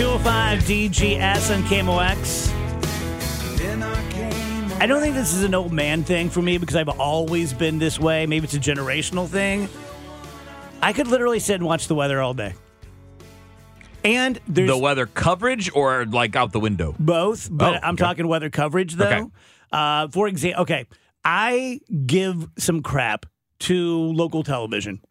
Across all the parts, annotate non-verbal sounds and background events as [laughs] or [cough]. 205 DGS on KMOX. I don't think this is an old man thing for me because I've always been this way. Maybe it's a generational thing. I could literally sit and watch the weather all day. And there's the weather coverage or like out the window? both, but Oh, I'm okay. talking weather coverage though. Okay. Uh, for example, okay, I give some crap to local television.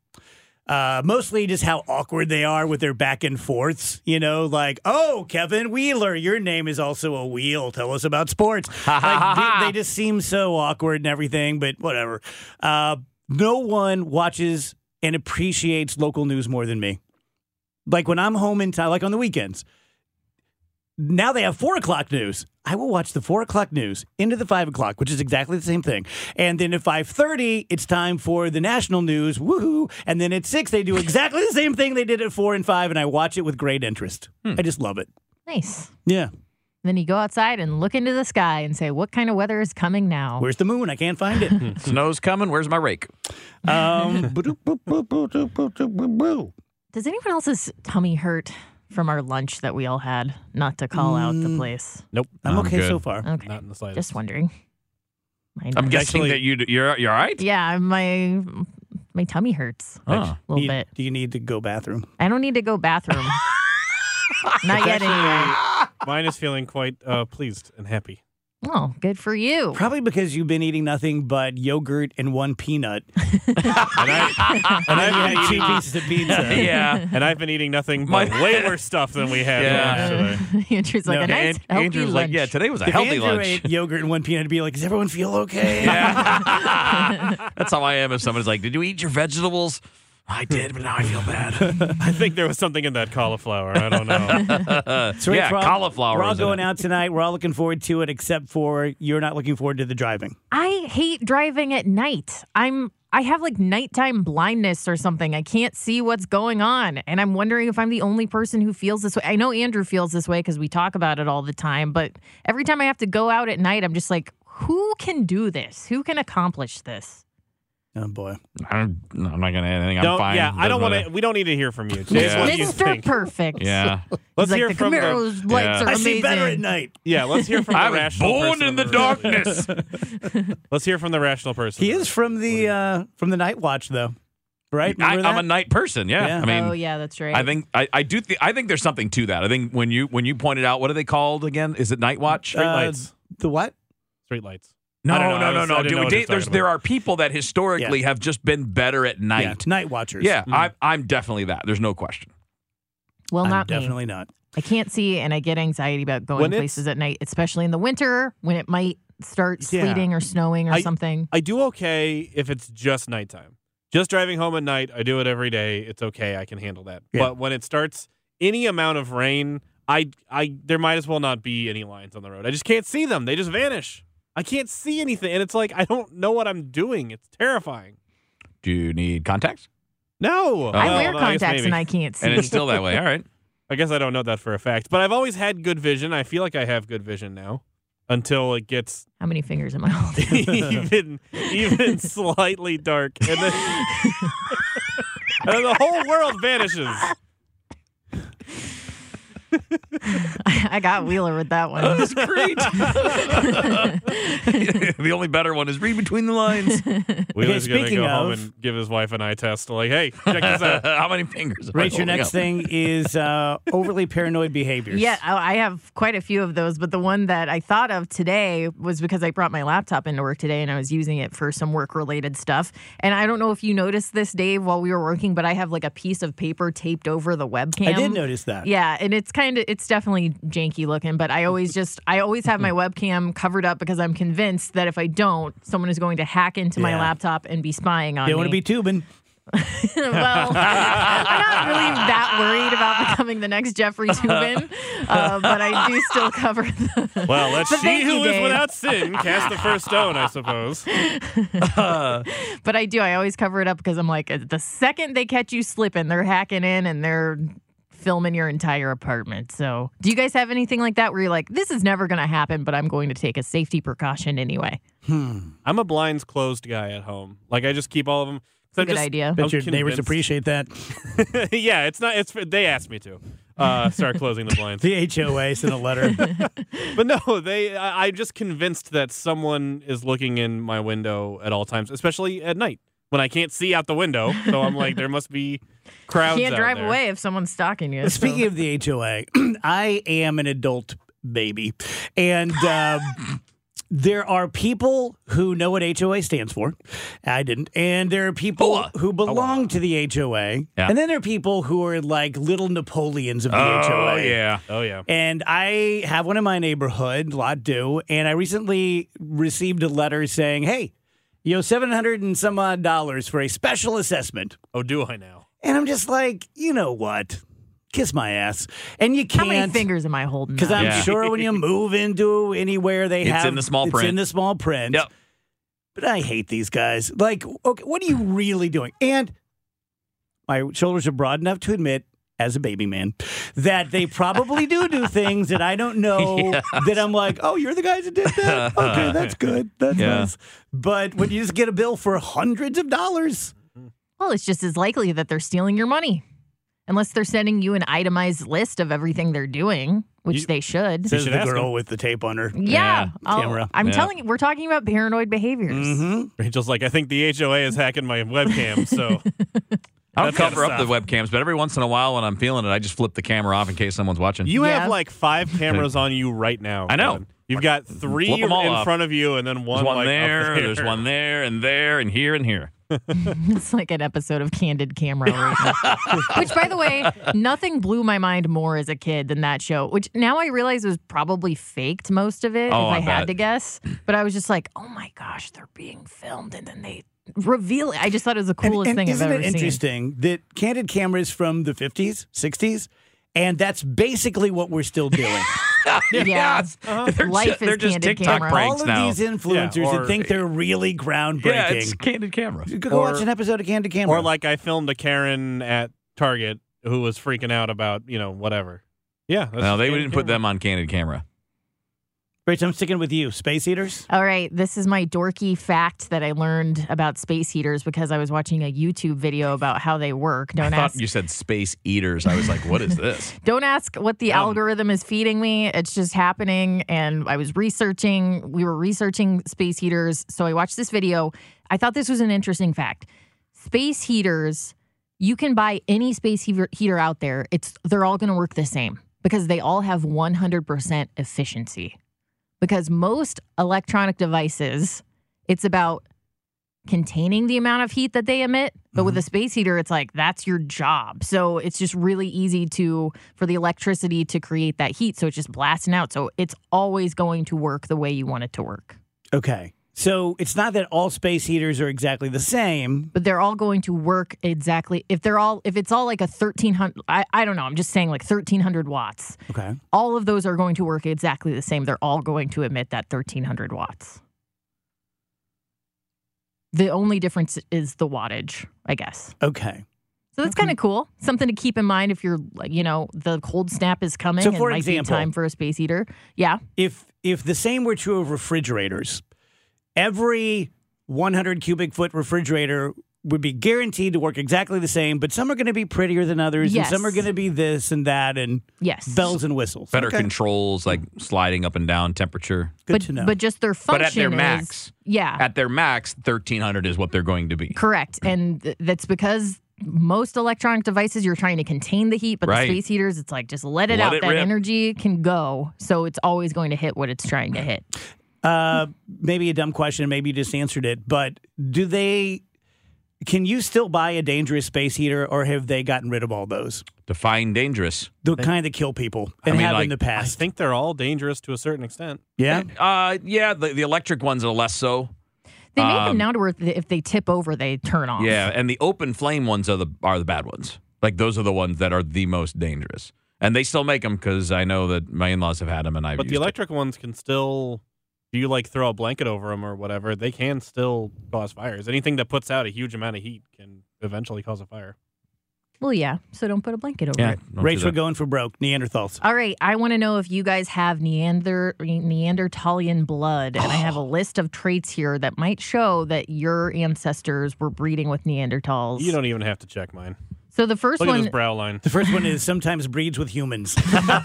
Uh, mostly just how awkward they are with their back and forths, you know, like, oh, Kevin Wheeler, your name is also a wheel. Tell us about sports. [laughs] like, they, they just seem so awkward and everything, but whatever. Uh, no one watches and appreciates local news more than me. Like when I'm home in town, like on the weekends, now they have four o'clock news. I will watch the four o'clock news into the five o'clock, which is exactly the same thing. And then at five thirty, it's time for the national news. Woohoo! And then at six, they do exactly the same thing they did at four and five, and I watch it with great interest. Hmm. I just love it. Nice. Yeah. Then you go outside and look into the sky and say, what kind of weather is coming now? Where's the moon? I can't find it. Hmm. Snow's coming. Where's my rake? [laughs] um, Does anyone else's tummy hurt from our lunch that we all had? Not to call out Mm. the place. Nope. I'm okay good. so far. Okay. Not in the slightest. Just wondering. Mine I'm hurts. guessing Actually- that you you're you're all right. Yeah, my my tummy hurts Oh. a little Need- bit. Do you need to go bathroom? I don't need to [laughs] go bathroom. Not yet anyway. Mine is feeling quite uh, pleased and happy. Oh, good for you. Probably because you've been eating nothing but yogurt and one peanut. [laughs] [laughs] And, I, And and, you I've, been had two eating, pieces of [laughs] pizza. [laughs] yeah. and I've been eating nothing My- but way worse stuff than we had Yeah. [laughs] today. Andrew's like No. a nice And healthy Andrew's like, lunch. yeah, today was a If healthy Andrew lunch. ate yogurt and one peanut, I'd be like, does everyone feel [laughs] okay? Yeah. [laughs] That's how I am if someone's like, Did you eat your vegetables? I did, but now I feel bad. I think there was something in that cauliflower. I don't know. So yeah, Rach, we're all- cauliflower. We're all is in going it. out tonight. We're all looking forward to it, except for you're not looking forward to the driving. I hate driving at night. I'm I have like nighttime blindness or something. I can't see what's going on. And I'm wondering if I'm the only person who feels this way. I know Andrew feels this way because we talk about it all the time, but every time I have to go out at night, I'm just like, who can do this? Who can accomplish this? Oh boy, I'm, no, I'm not going to add anything. I'm Don't, fine. yeah, I don't want Doesn't to. matter. We don't need to hear from you. Just Yeah. what Uh, you Mr. think. Perfect. Yeah. Let's He's hear like, the from the- Camaro's lights Yeah. are I amazing. see better at night. Yeah, let's hear from I the was rational born person in the room. darkness. Let's hear from the rational person. He is from the uh, from the night watch though, right? I, Remember I'm a that? night person. Yeah. Yeah. I mean, oh yeah, that's right. I think I, I do. Th- I think there's something to that. I think when you when you pointed out what are they called again? Is it night watch? Street Uh, lights. the what? Street lights. no, I don't know. no, I no, was- I no, didn't know no. what Dude, you were there's talking there about. are people that historically have just been better at Yeah, Mm-hmm. night. night watchers. Yeah, I, I'm definitely that. There's no question. well, I'm not me. definitely not. I can't see and I get anxiety about going When it's- places at night, especially in the winter when it might start Yeah. sleeting or snowing or I- something. I do okay if it's just nighttime. Just driving home at night, I do it every day. It's okay. I can handle that. Yeah. But when it starts any amount of rain, I I there might as well not be any lines on the road. I just can't see them. They just vanish. I can't see anything. And it's like I don't know what I'm doing. It's terrifying. Do you need contacts? No. I Well, wear no, contacts guess and maybe. I can't see. And it's still that way. All [laughs] right. I guess I don't know that for a fact. But I've always had good vision. I feel like I have good vision now. Until it gets How many fingers am I holding? [laughs] even even slightly dark, and then, [laughs] and then the whole world vanishes. I got Wheeler with that one. That's [laughs] great. the only better one is read between the lines. Wheeler's gonna speaking go home of- and give his wife an eye test. Like, hey, check [laughs] this out. How many fingers? am I Rach, your holding next up? thing is uh, overly paranoid behaviors. Yeah, I I have quite a few of those, but the one that I thought of today was because I brought my laptop into work today and I was using it for some work related stuff. And I don't know if you noticed this, Dave, while we were working, but I have like a piece of paper taped over the webcam. I did notice that. [laughs] Yeah, and it's kind of it's definitely janky looking, but I always just I always have [laughs] my webcam covered up because I'm convinced that if I don't, someone is going to hack into my Yeah. laptop and be spying on They me. want to be tubing. [laughs] well, [laughs] I'm not really that worried about becoming the next Jeffrey Toobin, uh, but I do still cover. [laughs] The- Well, let's But see thank who you, is Dave. without sin. Cast the first stone, I suppose. but I do. I always cover it up because I'm like, the second they catch you slipping, they're hacking in and they're filming your entire apartment. So, do you guys have anything like that where you're like, this is never going to happen, but I'm going to take a safety precaution anyway? [laughs] I'm a blinds closed guy at home. Like, I just keep all of them. Good idea. Bet your neighbors appreciate that. [laughs] [laughs] yeah, it's not. It's they asked me to. uh, start closing the blinds. The HOA sent a [laughs] letter. But no, [laughs] they. I, I'm just convinced that someone is looking in my window at all times, especially at night when I can't see out the window. So I'm like, there [laughs] must be crowds. Can't out drive there. away if someone's stalking you. [laughs] Speaking of the HOA, [clears throat] I am an adult baby, and um, [laughs] there are people who know what HOA stands for. I didn't, and there are people Hola. who belong to the HOA, and then there are people who are like little Napoleons of the Oh, HOA. yeah. Oh yeah. And I have one in my neighborhood, a lot do. And I recently received a letter saying, hey, you owe 700 and some odd dollars for a special assessment. Oh, do I now? And I'm just like, you know what? Kiss my ass. And you How can't. many fingers am I holding? Because up? I'm Yeah. sure [laughs] when you move into anywhere, they It's have in the small it's in print. the small print. Yep. But I hate these guys. Like, okay, what are you really doing? And my shoulders are broad enough to admit, as a baby man, that they probably do [laughs] do things that I don't know. That I'm like, oh, you're the guys that did that. [laughs] Okay, that's good. That's Yeah. nice. But when you just get a bill for hundreds of dollars, Well, it's just as likely that they're stealing your money. Unless they're sending you an itemized list of everything they're doing, which You- they should. says should the ask girl him. with the tape on her. yeah. I'll- camera. I'm Yeah. telling you, we're talking about paranoid behaviors. hmm Rachel's like, I think the HOA is hacking my [laughs] webcam. So I don't That's gotta cover up the webcams, but every once in a while when I'm feeling it, I just flip the camera off in case someone's watching. you Yeah. have like five cameras on you right now. I know. Kevin. You've got three Flip in 'em all off. front of you, and then there's one, one like, up there, there's one there, and there, and here, and here. [laughs] It's like an episode of Candid Camera. Right now. which, by the way, nothing blew my mind more as a kid than that show, which now I realize was probably faked most of it, Oh, if I, I had bet. to guess. But I was just like, oh my gosh, they're being filmed. And then they reveal it. I just thought it was the And- coolest and thing isn't I've ever it seen. interesting that candid cameras from the 50s, 60s, and that's basically what we're still doing. Yeah. Yes. [laughs] They're Life just, is they're just candid TikTok camera. All pranks of now. these influencers Yeah, that or- think they're really yeah, it's groundbreaking. candid camera. You could go or- watch an episode of Candid Camera. Or like I filmed a Karen at Target who was freaking out about you know whatever. Yeah. that's No, just they candid didn't put camera. them on candid camera. Rachel, I'm sticking with you. Space Eaters? All right, this is my dorky fact that I learned about space heaters because I was watching a YouTube video about how they work. Don't I thought ask. you said space eaters. I was like, what is [laughs] this? Don't ask what the algorithm is feeding me. It's just happening. And I was researching, we were researching space heaters. So I watched this video. I thought this was an interesting fact. Space heaters, you can buy any space heaver- heater out there. It's they're all going to work the same because they all have 100% efficiency. Because most electronic devices, it's about containing the amount of heat that they emit. But with a space heater, it's like that's your job. So it's just really easy to for the electricity to create that heat. So it's just blasting out. So it's always going to work the way you want it to work. Okay. So it's not that all space heaters are exactly the same. But they're all going to work exactly if they're all if it's all like a thirteen hundred. I, I don't know. I'm just saying like thirteen hundred watts. Okay. All of those are going to work exactly the same. They're all going to emit that thirteen hundred watts. The only difference is the wattage, I guess. Okay. So that's kind of cool. Something to keep in mind if you're, like, you know, the cold snap is coming So and for might example- be time for a space heater. Yeah. If if the same were true of refrigerators, every 100 cubic foot refrigerator would be guaranteed to work exactly the same, but some are going to be prettier than others, Yes. and some are going to be this and that, and Yes. bells and whistles. Better Okay. controls, like sliding up and down temperature. Good but, to know. But just their function. But at their is- max. Yeah. At their max, 1300 is what they're going to be. correct. And th- that's because most electronic devices, you're trying to contain the heat, but Right. the space heaters, it's like just let it Let out. it that rip. energy can go. So it's always going to hit what it's trying to hit. Uh, maybe a dumb question. Maybe you just answered it. But do they? Can you still buy a dangerous space heater, or have they gotten rid of all those? Define dangerous. The kind that kill people and mean, have in like, the I past. think they're all dangerous to a certain extent. yeah. Uh, yeah, the, the electric ones are less so. They make them Um, now to where th- if they tip over, they turn off. Yeah, and the open flame ones are the are the bad ones. Like those are the ones that are the most dangerous. And they still make them because I know that my in-laws have had them, and I. But the electric ones can still, if you like throw a blanket over them or whatever, they can still cause fires. Anything that puts out a huge amount of heat can eventually cause a fire. Well, yeah. So don't put a blanket over Yeah, it. don't do Rachel that. going for broke. Neanderthals. All right, I want to know if you guys have Neander Neanderthalian blood, and I have a list of traits here that might show that your ancestors were breeding with Neanderthals. You don't even have to check mine. So the first Look at one, this brow line. The first one is sometimes breeds with [laughs] humans. the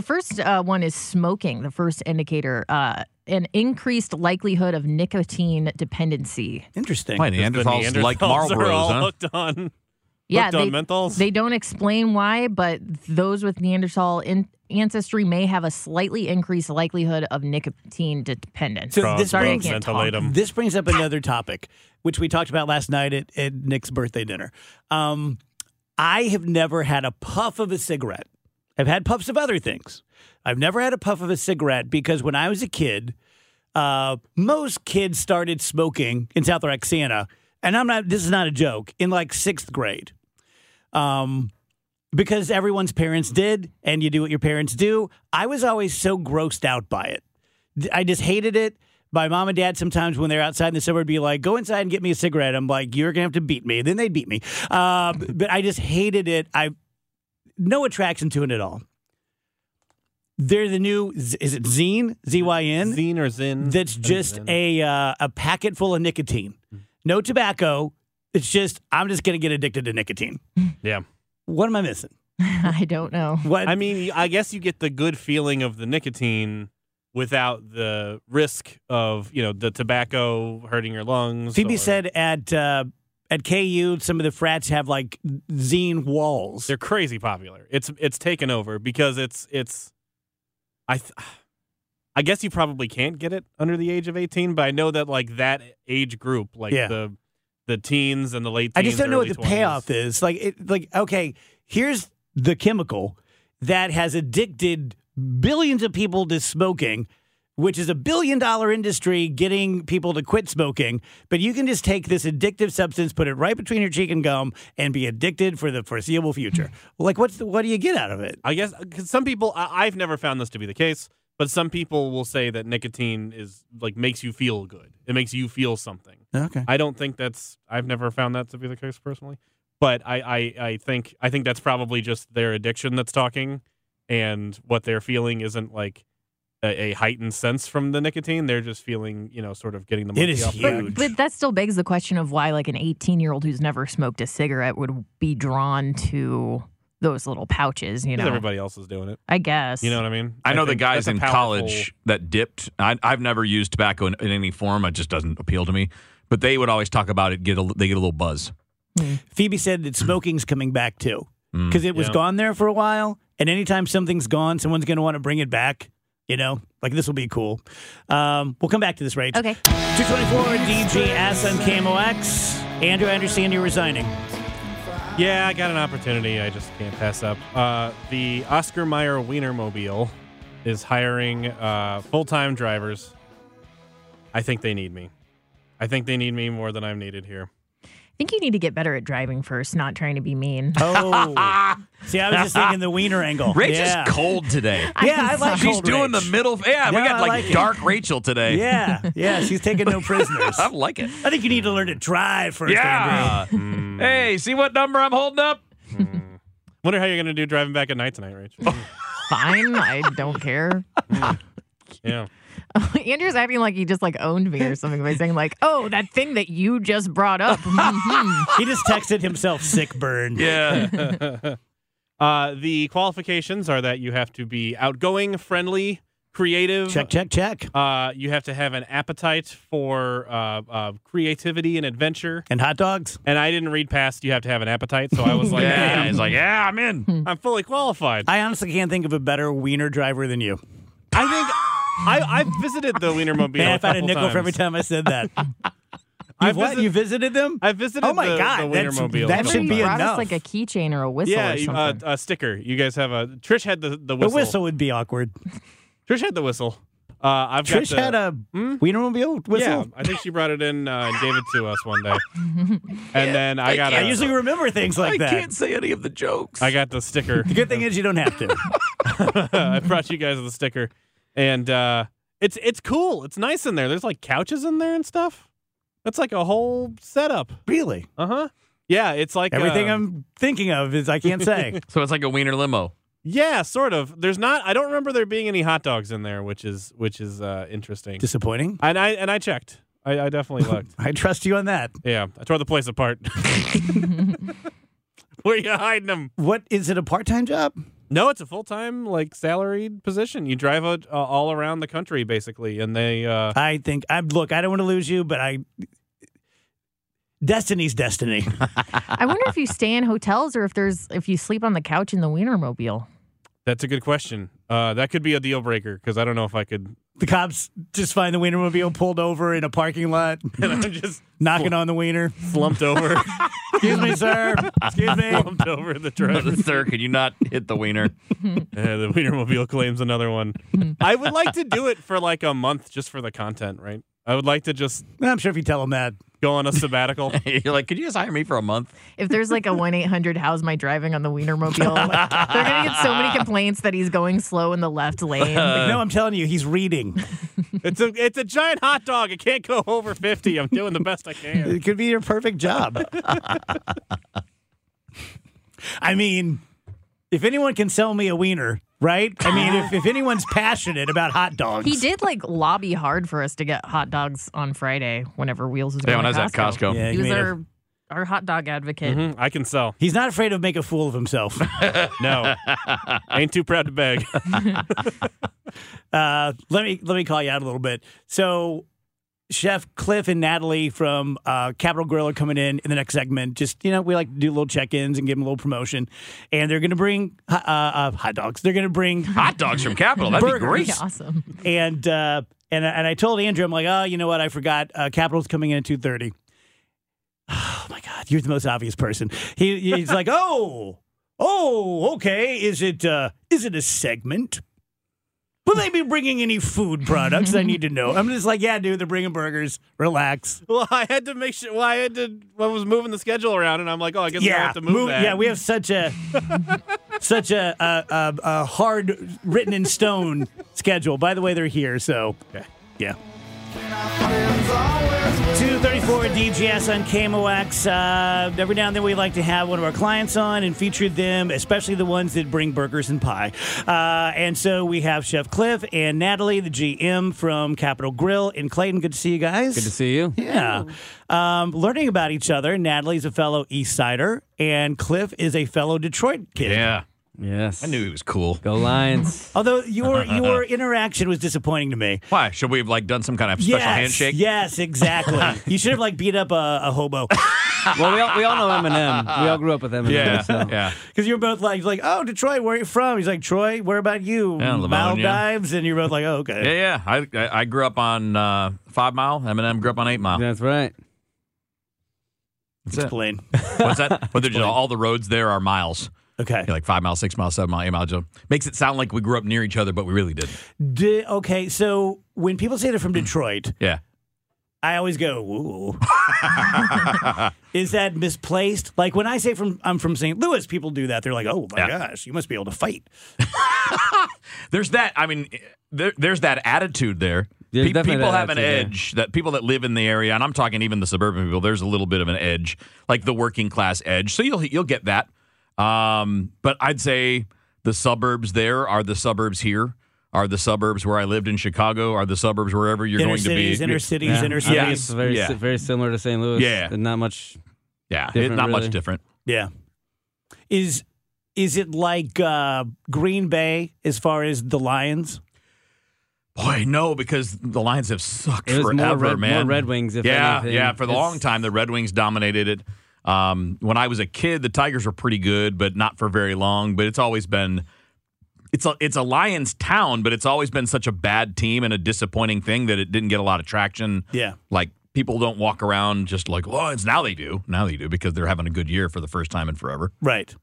first uh, one is smoking. The first indicator, uh, an increased likelihood of nicotine dependency. Interesting. My Just the Neanderthals like Neanderthals are Marlboros, all huh? hooked on. Yeah, hooked on they, menthols. They don't explain why, but those with Neanderthal in- ancestry may have a slightly increased likelihood of nicotine de- dependence. So this Sorry, I brings- can't Ventilatum. talk. This brings up another topic, which we talked about last night at, at Nick's birthday dinner. Um, I have never had a puff of a cigarette. I've had puffs of other things. I've never had a puff of a cigarette because when I was a kid, uh, most kids started smoking in South Roxana, and I'm not. This is not a joke. In like sixth grade, um, because everyone's parents did, and you do what your parents do. I was always so grossed out by it. D- I just hated it. My mom and dad sometimes when they're outside in the summer would be like, "Go inside and get me a cigarette." I'm like, "You're gonna have to beat me." Then they'd beat me. Uh, b- but I just hated it. I no attraction to it at all. They're the new Z- is it Zine Z Y N Zine or Zin. that's just a uh, a packet full of nicotine, no tobacco. It's just I'm just gonna get addicted to nicotine. Yeah. What am I missing? [laughs] I don't know. What I mean, I guess you get the good feeling of the nicotine without the risk of, you know, the tobacco hurting your lungs. PB or- said at uh, at KU, some of the frats have like zine walls. they're crazy popular. It's it's taken over because it's it's I th- I guess you probably can't get it under the age of 18, but I know that like that age group, like Yeah. the the teens and the late I teens, just don't know what early the 20s. payoff is. Like, it, like okay, here's the chemical that has addicted billions of people to smoking, which is a billion dollar industry getting people to quit smoking. But you can just take this addictive substance, put it right between your cheek and gum, and be addicted for the foreseeable future. Hmm. like, what's the, what do you get out of it? I guess because some people, I, I've never found this to be the case, but some people will say that nicotine is like makes you feel good. It makes you feel something. Okay. I don't think that's. I've never found that to be the case personally, but I, I, I think I think that's probably just their addiction that's talking, and what they're feeling isn't like a, a heightened sense from the nicotine. They're just feeling, you know, sort of getting the. It monkey is off their back. huge. But that still begs the question of why, like, an 18 year old who's never smoked a cigarette would be drawn to those little pouches, you 'Cause know? Everybody else is doing it. I guess. You know what I mean? I know the think guys that's a in powerful- college that dipped. I, I've never used tobacco in, in any form. It just doesn't appeal to me. But they would always talk about it. Get a, they get a little buzz. Phoebe said that smoking's coming back too Mm, because it was Yeah. gone there for a while. And anytime something's gone, someone's going to want to bring it back. You know, like this will be cool. Um, we'll come back to this, right? Okay. 224 DGS on KMOX. Andrew Anderson, you're resigning. Yeah, I got an opportunity. I just can't pass up. Uh, the Oscar Mayer Wienermobile is hiring uh, full-time drivers. I think they need me. I think they need me more than I'm needed here. I think you need to get better at driving first, not trying to be mean. Oh. [laughs] See, I was just thinking the wiener angle. Rach yeah. is cold today. [laughs] Yeah, I like She's cold doing Rach. the middle. Yeah, we No, got I like, like it. dark Rachel today. Yeah, yeah, she's taking no [laughs] prisoners. I like it. I think you need to learn to drive first, Andrew. [laughs] Yeah. hey, see what number I'm holding up? Wonder how you're gonna do driving back at night tonight, Rachel. Fine. I don't care. yeah. [laughs] Andrew's acting like he just like owned me or something by saying like, "Oh, that thing that you just brought up." Mhm. He just texted himself sick burn. Yeah. [laughs] Uh, the qualifications are that you have to be outgoing, friendly, creative. Check, check, check. Uh, you have to have an appetite for uh, uh, creativity and adventure. And hot dogs. And I didn't read past. You have to have an appetite, so I was [laughs] like, yeah. "Hey, He's like, yeah, I'm [laughs] in. I'm fully qualified. I honestly can't think of a better wiener driver than you. I think I, I visited the Wienermobile. Man, a if I had a couple nickel times. for every time I said that. I You've what? visit- you visited them? I visited. Oh my the, God, the that's- Wienermobile. that a should you couple be times. brought enough. us like a keychain or a whistle Yeah, or you- uh, something. a sticker. You guys have a Trish had the the the whistle. whistle would be awkward. Trish had the whistle. Uh, I've Trish got had the, a Wienermobile Yeah, whistle. I think she brought it in uh, and gave it to us [laughs] one day. And then I got I a- usually remember things like I that. can't say any of the jokes. I got the sticker. The good thing is [laughs] you don't have to. [laughs] I brought you guys the sticker, and uh, it's it's cool. It's nice in there. There's like couches in there and stuff. That's like a whole setup. really. Uh huh. Yeah, it's like Everything um, I'm thinking of is I can't say. so it's like a wiener limo. Yeah, sort of. There's not. I don't remember there being any hot dogs in there, which is which is uh, interesting. Disappointing. and I and I checked. I, I definitely [laughs] looked. I trust you on that. yeah, I tore the place apart. [laughs] Where you hiding them? What is it? A part-time job? No, it's a full time, like salaried position. You drive out, uh, all around the country basically, and they. Uh, I think. I look. I don't want to lose you, but I. Destiny's destiny. I wonder if you stay in hotels or if there's if you sleep on the couch in the Wienermobile. that's a good question. Uh, that could be a deal breaker because I don't know if I could. [laughs] The cops just find the Wienermobile pulled over in a parking lot, And I'm just knocking on the wiener. slumped over, [laughs] Excuse me, [laughs] sir. Excuse me. slumped over [laughs] the [laughs] driver. Sir, can you not hit the [laughs] wiener? Yeah, the Wienermobile claims another one. Hmm. I would like to do it for like a month just for the content, right? I would like to just I'm sure if you tell them that, go on [laughs] a sabbatical. You're like, could you just hire me for a month? If there's like a one eight hundred how's my driving on the Wienermobile, like, they're gonna get so many complaints that he's going slow in the left lane. no, I'm telling you, he's reading. It's a it's a giant hot dog. It can't go over fifty. I'm doing the best [laughs] I can. It could be your perfect [laughs] job. I mean, if anyone can sell me a wiener, right? I mean, if, if anyone's passionate about hot dogs, He did like lobby hard for us to get hot dogs on Friday whenever Wheels was Yeah, going when I was to at Costco. Yeah, He you was mean our our hot dog advocate. Mhm, I can sell. He's not afraid of make a fool of himself. [laughs] No, ain't too proud to beg. Uh, let me let me call you out a little bit. So, Chef Cliff and Natalie from uh, Capital Grill are coming in in the next segment. Just you know, we like to do little check-ins and give them a little promotion, and they're going to bring uh, uh, hot dogs. They're going to bring Hot dogs from Capital. That'd Burgers. be great. Pretty awesome. and uh, and and I told Andrew, I'm like, oh, you know what? I forgot. Uh, Capital's coming in at two thirty. [sighs] Oh my God, you're the most obvious person. He, he's like, oh, oh, okay. Is it uh, is it a segment? Will they be bringing any food products? I need to know. I'm just like, yeah, dude, they're bringing burgers. Relax. Well, I had to make sure. Well, I had to. I was moving the schedule around, and I'm like, oh, I guess I yeah, have to move, move- that. yeah, we have such a such a, a, a, a hard written in stone schedule. By the way, they're here, so yeah. 234 DGS on KMOX. Uh, every now and then we like to have one of our clients on and feature them, especially the ones that bring burgers and pie. Uh, and so we have Chef Cliff and Natalie, the GM from Capital Grill in Clayton. Good to see you guys. Good to [laughs] see you. Yeah. Um, learning about each other. Natalie's a fellow East Sider, and Cliff is a fellow Detroit kid. Yeah. Yes. I knew he was cool. Go Lions. Although [laughs] your your interaction was disappointing to me. Why? Should we have like done some kind of special yes, handshake? Yes, exactly. [laughs] you should have like beat up a, a hobo well, we all, we all know Eminem. We all grew up with Eminem. Yeah. So. yeah. because you're both like like oh Detroit, where are you from? He's like Troy, where about you? Yeah, Livonia. Maldives, and you're both like oh, Yeah, okay. yeah. I I, I grew up on uh, Five Mile. Eminem grew up on Eight Mile. That's right. That's it. Explain. What's [laughs] that? But they're just, all the roads there are miles. Okay. Yeah, like five miles, six miles, seven miles, eight miles. So Makes it sound like we grew up near each other, but we really didn't. D- okay. So when people say they're from Detroit, Yeah. I always go, [laughs] ooh. Is that misplaced? Like when I say from I'm from St. Louis, people do that. They're like, oh my Yeah. gosh, you must be able to fight. There's that. I mean, there, there's that attitude there. There's Pe- definitely people that have an attitude, yeah. edge that people that live in the area, and I'm talking even the suburban people. There's a little bit of an edge, like the working class edge. So you'll you'll get that. Um, but I'd say the suburbs there are the suburbs here. Are the suburbs where I lived in Chicago? Are the suburbs wherever you're inner going cities, to be? inner cities, Yeah. inner I cities. think it's very, Yeah. very similar to St. Louis. Yeah. And not much. yeah, it- different, not much really. different. Yeah. Is is it like uh, Green Bay as far as the Lions? Boy, no, because the Lions have sucked It was more forever, Red- man. more Red Wings, if yeah, anything. yeah. For the It's- long time, the Red Wings dominated it. Um, when I was a kid, the Tigers were pretty good, but not for very long. But it's always been it's a it's a Lions town, but it's always been such a bad team and a disappointing thing that it didn't get a lot of traction. Yeah. like people don't walk around just like Lions. Now they do. Now they do because they're having a good year for the first time in forever. Right.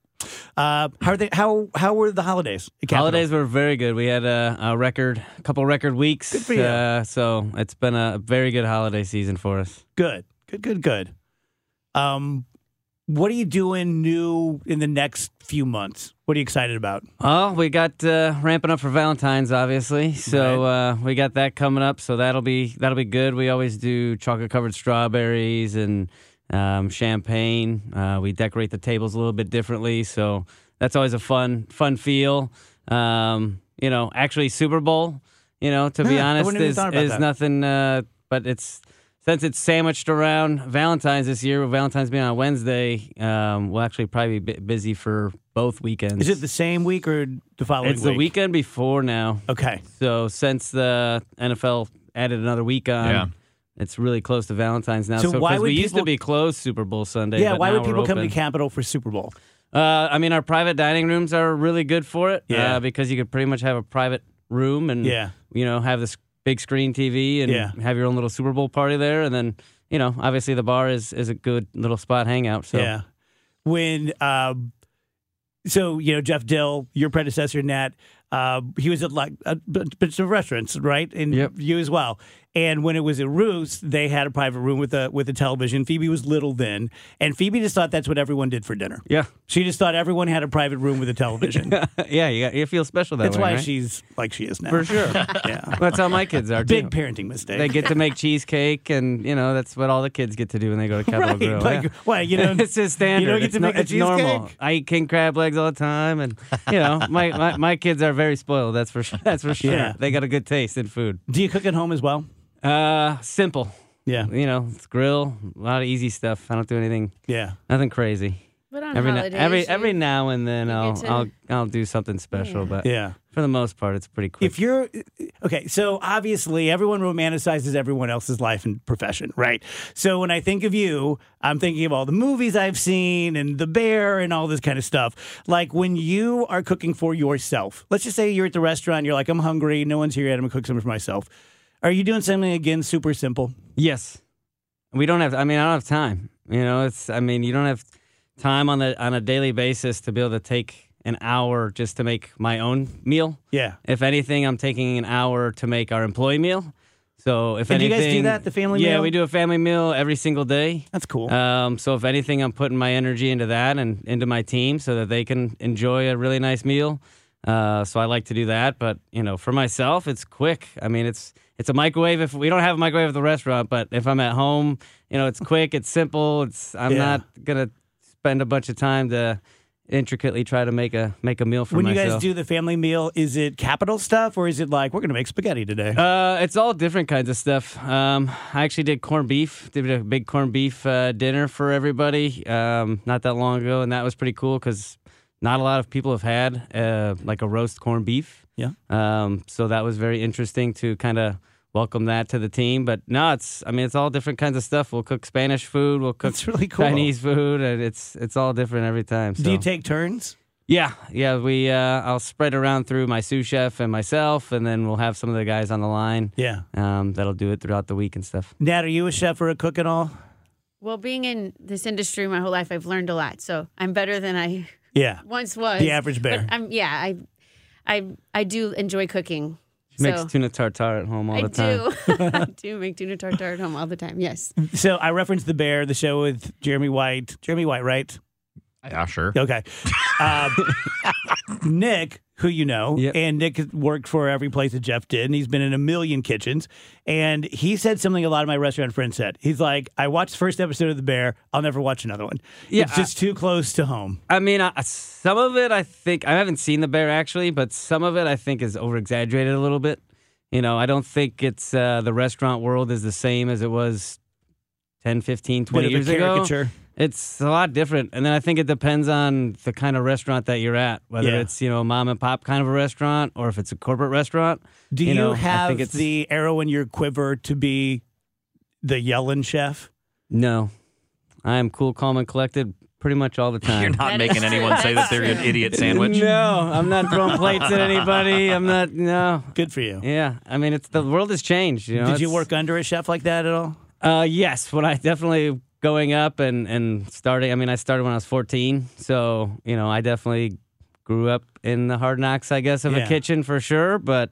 Uh, how are they? How how were the holidays? at Capitol? Holidays were very good. We had a, a record, a couple record weeks. Good for you. Uh, so it's been a very good holiday season for us. Good. Good. Good. Good. Um, what are you doing new in the next few months? What are you excited about? Oh, we got uh, ramping up for Valentine's, obviously. So uh, we got that coming up. So that'll be that'll be good. We always do chocolate covered strawberries and um, champagne. Uh, we decorate the tables a little bit differently. So that's always a fun fun feel. Um, you know, actually Super Bowl. You know, to Huh, be I honest, wouldn't even is thought about is that. nothing. Uh, but it's since it's sandwiched around Valentine's this year, with Valentine's being on Wednesday, um, we'll actually probably be bu- busy for both weekends. Is it the same week or the following It's the weekend before now. Okay. So since the NFL added another week on, Yeah. it's really close to Valentine's now. So So, why 'cause would we used to people- be closed Super Bowl Sunday. Yeah, but why now would people we're come to open. Capital for Super Bowl? Uh, I mean, our private dining rooms are really good for it. Yeah. Uh, because you could pretty much have a private room and Yeah. you know have this big screen TV and Yeah. have your own little Super Bowl party there, and then you know obviously the bar is is a good little spot hangout. So Yeah. When um, so you know Jeff Dill, your predecessor, Nat, uh, he was at like a b- bunch of restaurants, right? And Yep. you as well. And when it was at Roost, they had a private room with a with a television. Phoebe was little then, and Phoebe just thought that's what everyone did for dinner. yeah, [laughs] She just thought everyone had a private room with a television. yeah, you, got, you feel special that that's way. why right? she's like she is now. [laughs] for sure. Yeah. [laughs] That's how my kids are. too. Big parenting mistake. They get [laughs] to make cheesecake, and you know that's what all the kids get to do when they go to Capitol right. Grill. like, yeah. well, you know, [laughs] it's just standard. You don't get it's to no- make the it's normal. cheesecake? I eat king crab legs all the time, and you know my, my, my kids are very spoiled. That's for sure. That's for sure. Yeah. They got a good taste in food. do you cook at home as well? Uh, simple. Yeah. You know, it's grill, a lot of easy stuff. I don't do anything, Yeah. nothing crazy. But on Every now, holidays, every you- every now and then, you I'll get to- I'll I'll do something special, but Yeah. for the most part, it's pretty quick. If you're okay, so obviously everyone romanticizes everyone else's life and profession, right? So when I think of you, I'm thinking of all the movies I've seen and The Bear and all this kind of stuff. Like when you are cooking for yourself, let's just say you're at the restaurant, you're like, I'm hungry, no one's here yet, I'm gonna cook something for myself. Are you doing something again super simple? Yes. We don't have I mean, I don't have time. You know, it's I mean, you don't have time on the on a daily basis to be able to take an hour just to make my own meal. Yeah. If anything, I'm taking an hour to make our employee meal. So if And do you anything guys do that, the family yeah, meal? we do a family meal every single day. That's cool. Um, so if anything, I'm putting my energy into that and into my team so that they can enjoy a really nice meal. Uh, so I like to do that, but you know, for myself, it's quick. I mean, it's it's a microwave. If we don't have a microwave at the restaurant, but if I'm at home, you know, it's quick, it's simple. It's I'm Yeah. not gonna spend a bunch of time to intricately try to make a make a meal for when myself. you guys do the family meal, is it capital stuff or is it like we're gonna make spaghetti today? Uh, it's all different kinds of stuff. Um, I actually did corned beef, did a big corned beef uh, dinner for everybody um, not that long ago, and that was pretty cool because not a lot of people have had uh, like a roast corned beef. Yeah. Um, so that was very interesting to kind of welcome that to the team. But no, it's I mean it's all different kinds of stuff. We'll cook Spanish food, we'll cook That's really cool. Chinese food, and it's it's all different every time. So. Do you take turns? Yeah, yeah. We uh, I'll spread around through my sous chef and myself, and then we'll have some of the guys on the line Yeah. um, that'll do it throughout the week and stuff. Nat, are you a chef or a cook at all? Well, being in this industry my whole life, I've learned a lot. So I'm better than I [laughs] Yeah. once was. The average bear. But I'm, yeah, I, I, I do enjoy cooking. She makes so tuna tartare at home all I the time. do. [laughs] [laughs] I do make tuna tartare at home all the time. Yes. So I referenced the bear, the show with Jeremy White. Jeremy White, right? Yeah, sure. Okay. Um, Nick, who you know, Yep. and Nick worked for every place that Jeff did, and he's been in a million kitchens. And he said something a lot of my restaurant friends said. He's like, I watched the first episode of The Bear. I'll never watch another one. Yeah, it's just too close to home. I mean, I, some of it I think I haven't seen the bear actually, but some of it I think is over exaggerated a little bit. You know, I don't think it's uh, the restaurant world is the same as it was 10, 15, Bit 20 of years a ago. caricature. It's a lot different. And then I think it depends on the kind of restaurant that you're at, whether Yeah. it's, you know, a mom and pop kind of a restaurant or if it's a corporate restaurant. Do you, you know, I have think it's- the arrow in your quiver to be the Yellen chef? No. I am cool, calm, and collected pretty much all [laughs] the [laughs] time. You're not That making is anyone true. say that they're an That's true. idiot [laughs] sandwich. No, I'm not throwing plates at anybody. I'm not. No. Good for you. Yeah, I mean, it's the world has changed. You know, Did you It's- work under a chef like that at all? Uh, yes, when I definitely going up and and starting. I mean, I started when I was 14, so you know, I definitely grew up in the hard knocks, I guess, of Yeah. a kitchen for sure. But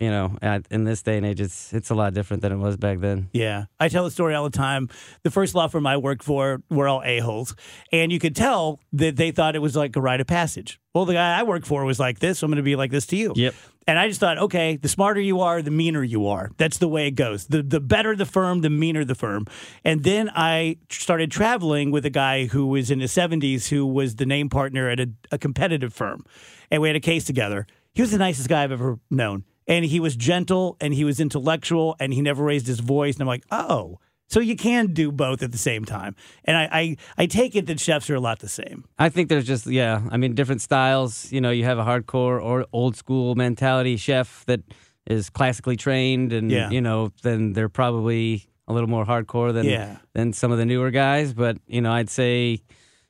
you know, at, in this day and age, it's it's a lot different than it was back then. Yeah. I tell the story all the time. The first law firm I worked for were all a-holes. And you could tell that they thought it was like a rite of passage. Well, the guy I worked for was like this. So I'm going to be like this to you. Yep. And I just thought, okay, the smarter you are, the meaner you are. That's the way it goes. The, the better the firm, the meaner the firm. And then I tr- started traveling with a guy who was in his 70s who was the name partner at a, a competitive firm. And we had a case together. He was the nicest guy I've ever known. and he was gentle and he was intellectual and he never raised his voice. And I'm like, oh, so you can do both at the same time. And I, I, I take it that chefs are a lot the same. I think there's just yeah, I mean different styles. You know, you have a hardcore or old school mentality chef that is classically trained, and Yeah. you know, then they're probably a little more hardcore than Yeah. than some of the newer guys. But you know, I'd say,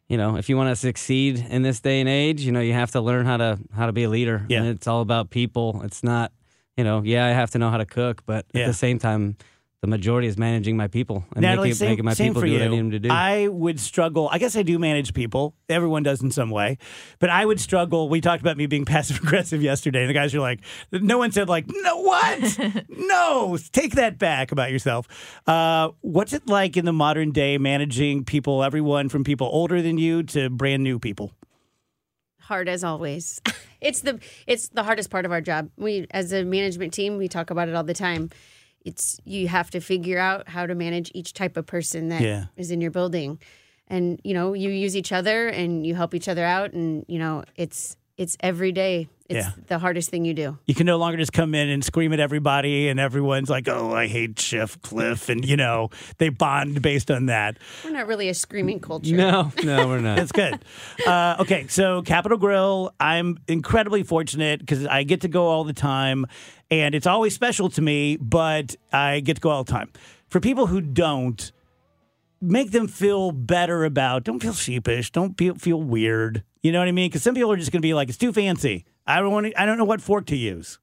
you know, if you want to succeed in this day and age, you know, you have to learn how to how to be a leader. Yeah. and it's all about people. It's not, you know, yeah, I have to know how to cook, but Yeah. at the same time. The majority is managing my people and Natalie, making, same, making my same people for do you. what I need them to do. I would struggle. I guess I do manage people. Everyone does in some way, but I would struggle. We talked about me being [laughs] passive aggressive yesterday, and the guys were like, "No one said like, no what? no, take that back about yourself." Uh, what's it like in the modern day managing people? Everyone from people older than you to brand new people. hard as always. [laughs] it's the it's the hardest part of our job. We as a management team, we talk about it all the time. It's you have to figure out how to manage each type of person that is Yeah. in your building. And you know, you use each other and you help each other out and you know, it's it's every day. It's Yeah. the hardest thing you do. You can no longer just come in and scream at everybody, and everyone's like, "Oh, I hate Chef Cliff," and you know they bond based on that. We're not really a screaming [laughs] culture. no, no, we're not. That's good. Uh, okay, so Capital Grill, I'm incredibly fortunate because I get to go all the time, and it's always special to me. But I get to go all the time. For people who don't, make them feel better about. Don't feel sheepish. Don't feel, feel weird. You know what I mean? Because some people are just going to be like, "It's too fancy. I don't want. I don't know what fork to use."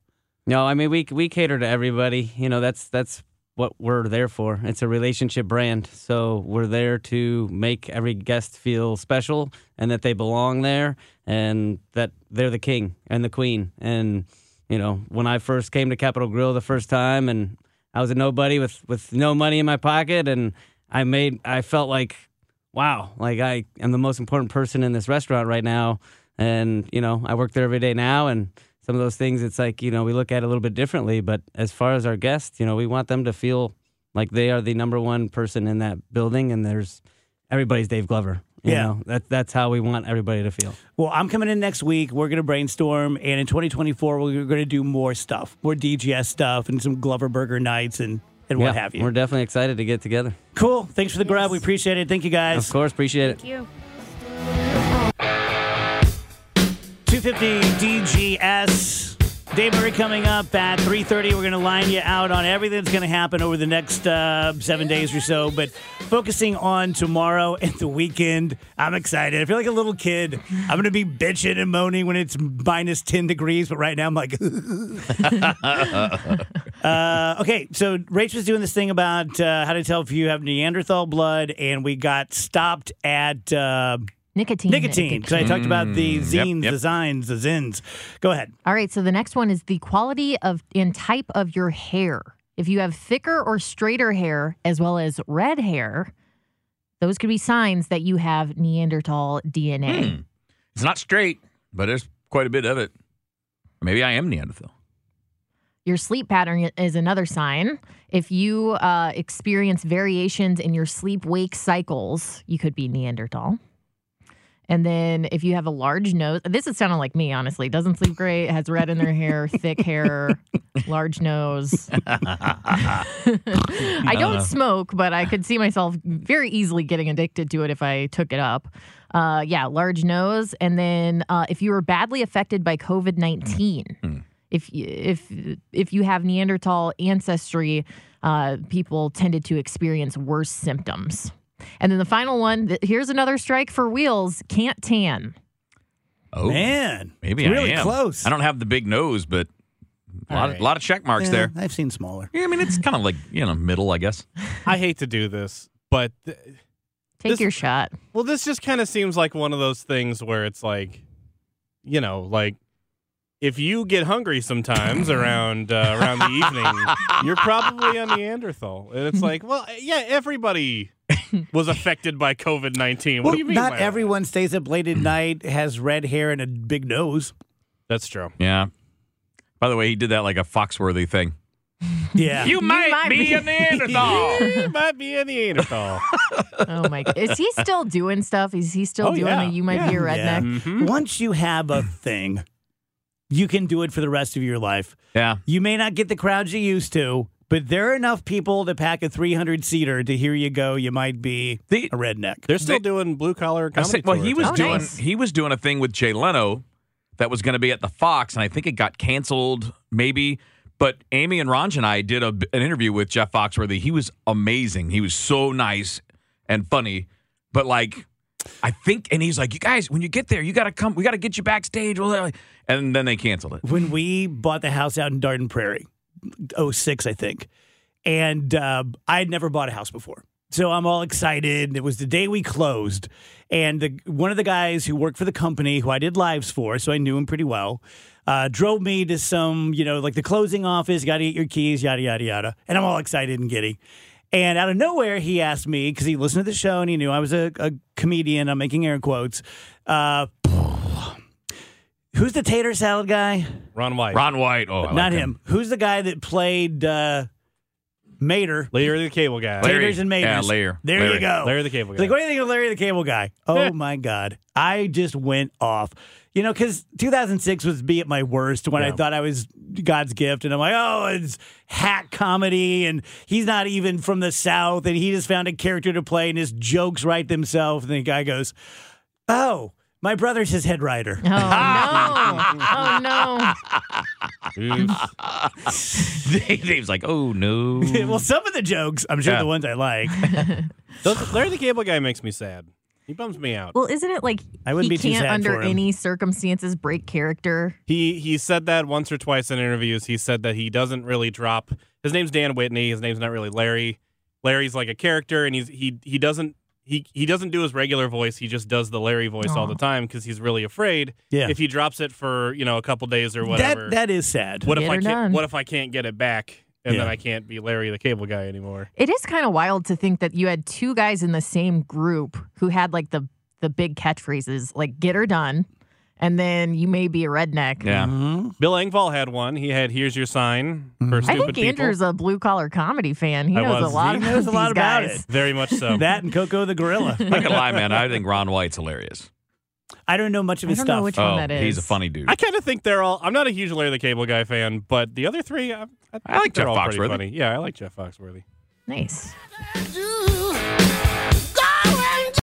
No, I mean we we cater to everybody. You know, that's that's what we're there for. It's a relationship brand. So we're there to make every guest feel special and that they belong there and that they're the king and the queen. And you know, when I first came to Capitol Grill the first time and I was a nobody with with no money in my pocket and I made I felt like wow, like I am the most important person in this restaurant right now. And, you know, I work there every day now. And some of those things, it's like, you know, we look at it a little bit differently. But as far as our guests, you know, we want them to feel like they are the number one person in that building. And there's everybody's Dave Glover. You Yeah. know, that, that's how we want everybody to feel. Well, I'm coming in next week. We're going to brainstorm, and in 2024, we're going to do more stuff, more DGS stuff, and some Glover Burger nights, and and what Yeah, have you. We're definitely excited to get together. Cool. Thanks for the grab. We appreciate it. Thank you Of guys. course, appreciate it. Thank you. 250 DGS. Dave Murray coming up at 3.30. We're going to line you out on everything that's going to happen over the next uh, seven days or so. But focusing on tomorrow [laughs] and the weekend, I'm excited. I feel like a little kid. I'm going to be bitching and moaning when it's minus 10 degrees. But right now I'm like, [laughs] Uh, okay, so Rach was doing this thing about uh, how to tell if you have Neanderthal blood, and we got stopped at uh, Nicotine. nicotine because I talked about the Mm, yep, zines, yep. the zines, the zins. Go ahead. All right, so the next one is the quality of and type of your hair. If you have thicker or straighter hair, as well as red hair, those could be signs that you have Neanderthal DNA. It's not straight, but there's quite a bit of it. Maybe I am Neanderthal. Your sleep pattern is another sign. If you uh, experience variations in your sleep wake cycles, you could be Neanderthal. And then if you have a large nose, this is sounding like me, honestly. Doesn't sleep great, has red in their hair, thick hair, large nose. I don't smoke, but I could see myself very easily getting addicted to it if I took it up. Uh, yeah, large nose. And then uh, if you were badly affected by COVID 19 if y- if if you have Neanderthal ancestry, uh, people tended to experience worse symptoms. And then the final one, th- here's another strike for wheels. Can't tan. Oh, Man, maybe it's I really am. close. I don't have the big nose, but a lot, of, lot of check marks Yeah, there. I've seen smaller. Yeah, I mean, it's kind of like you know, middle, I guess. I hate to do this, but th- Take This- your shot. well, this just kind of seems like one of those things where it's like, you know, like if you get hungry sometimes [laughs] around uh, around the evening, you're probably a Neanderthal, and it's like, well, yeah, everybody was affected by COVID nineteen. What do you mean? Not by that? everyone stays up late at night, has red hair, and a big nose. That's true. Yeah. By the way, he did that like a Foxworthy thing. [laughs] Yeah. You might, might be, be. a Neanderthal. You might be a Neanderthal. Oh my! Is he still doing stuff? Is he still Oh, doing yeah. Mm-hmm. the "You might be a redneck"? Once you have a thing, you can do it for the rest of your life. Yeah. You may not get the crowds you used to, but there are enough people to pack a 300 seater to hear you go, you might be The- a redneck. They're still doing blue collar I comedy. said- well, he tours. was Oh, doing nice. he was doing a thing with Jay Leno that was going to be at the Fox, and I think it got canceled, maybe. But Amy and Ranj and I did a, an interview with Jeff Foxworthy. He was amazing. He was so nice and funny. But like, I think, and he's like, "You guys, when you get there, you got to come. We got to get you backstage." Well, And then they canceled it. when we bought the house out in Darden Prairie, 06, I think, and uh, I had never bought a house before. So I'm all excited. It was the day we closed, and the, one of the guys who worked for the company, who I did lives for, so I knew him pretty well, uh, drove me to some, you know, like the closing office. Got to get your keys, yada yada yada. And I'm all excited and giddy. And out of nowhere, he asked me because he listened to the show and he knew I was a, a comedian. I'm making air quotes. Uh, who's the tater salad guy? Ron White. Ron White, oh, I like Not him. Who's the guy that played uh, Mater? Larry the Cable Guy. Larry. Taters and Maters. Yeah, Layer. There Larry. you go. Larry the Cable Guy. Like, what do you think of Larry the Cable [laughs] Guy? Oh my God. I just went off. You know, because 2006 was be at my worst when I Yeah. thought I was God's gift. And I'm like, oh, it's hack comedy. And he's not even from the South. And he just found a character to play and his jokes write themselves. And the guy goes, oh, my brother's his head writer. [laughs] Oh, no. Oh, no. Oops. [laughs] Dave's like, "Oh [laughs] no." well, some of the jokes, I'm sure Yeah. the ones I like. Those- Larry the Cable Guy makes me sad. He bums me out. Well, isn't it like I wouldn't he be too can't sad under for him. any circumstances break character? He he said that once or twice in interviews. He said that he doesn't really drop. His name's Dan Whitney. His name's not really Larry. Larry's like a character, and he's he he doesn't he he doesn't do his regular voice. He just does the Larry voice all the time because he's really afraid. Yeah. If he drops it for you know a couple days or whatever, That, that is sad. what if Get I her can't? done. What if I can't get it back, and then Yeah. I can't be Larry the Cable Guy anymore? It is kind of wild to think that you had two guys in the same group who had like the the big catchphrases like "get her done," and then you may be a redneck. Yeah. Bill Engvall had one. He had "Here's your sign" Mm-hmm. for I stupid think people. Andrew's a blue collar comedy fan. He I knows was. a lot He about knows a lot these about guys. it. Very much so. That and Coco the [laughs] Gorilla. I'm not gonna lie, man. I think Ron White's hilarious. I don't know much of I his don't know stuff. which one Oh, that is. he's a funny dude. I kind of think they're all. I'm not a huge Larry the Cable Guy fan, but the other three, I, I, I like think they're Jeff all pretty Foxworthy. Funny. Yeah, I like Jeff Foxworthy. Nice. You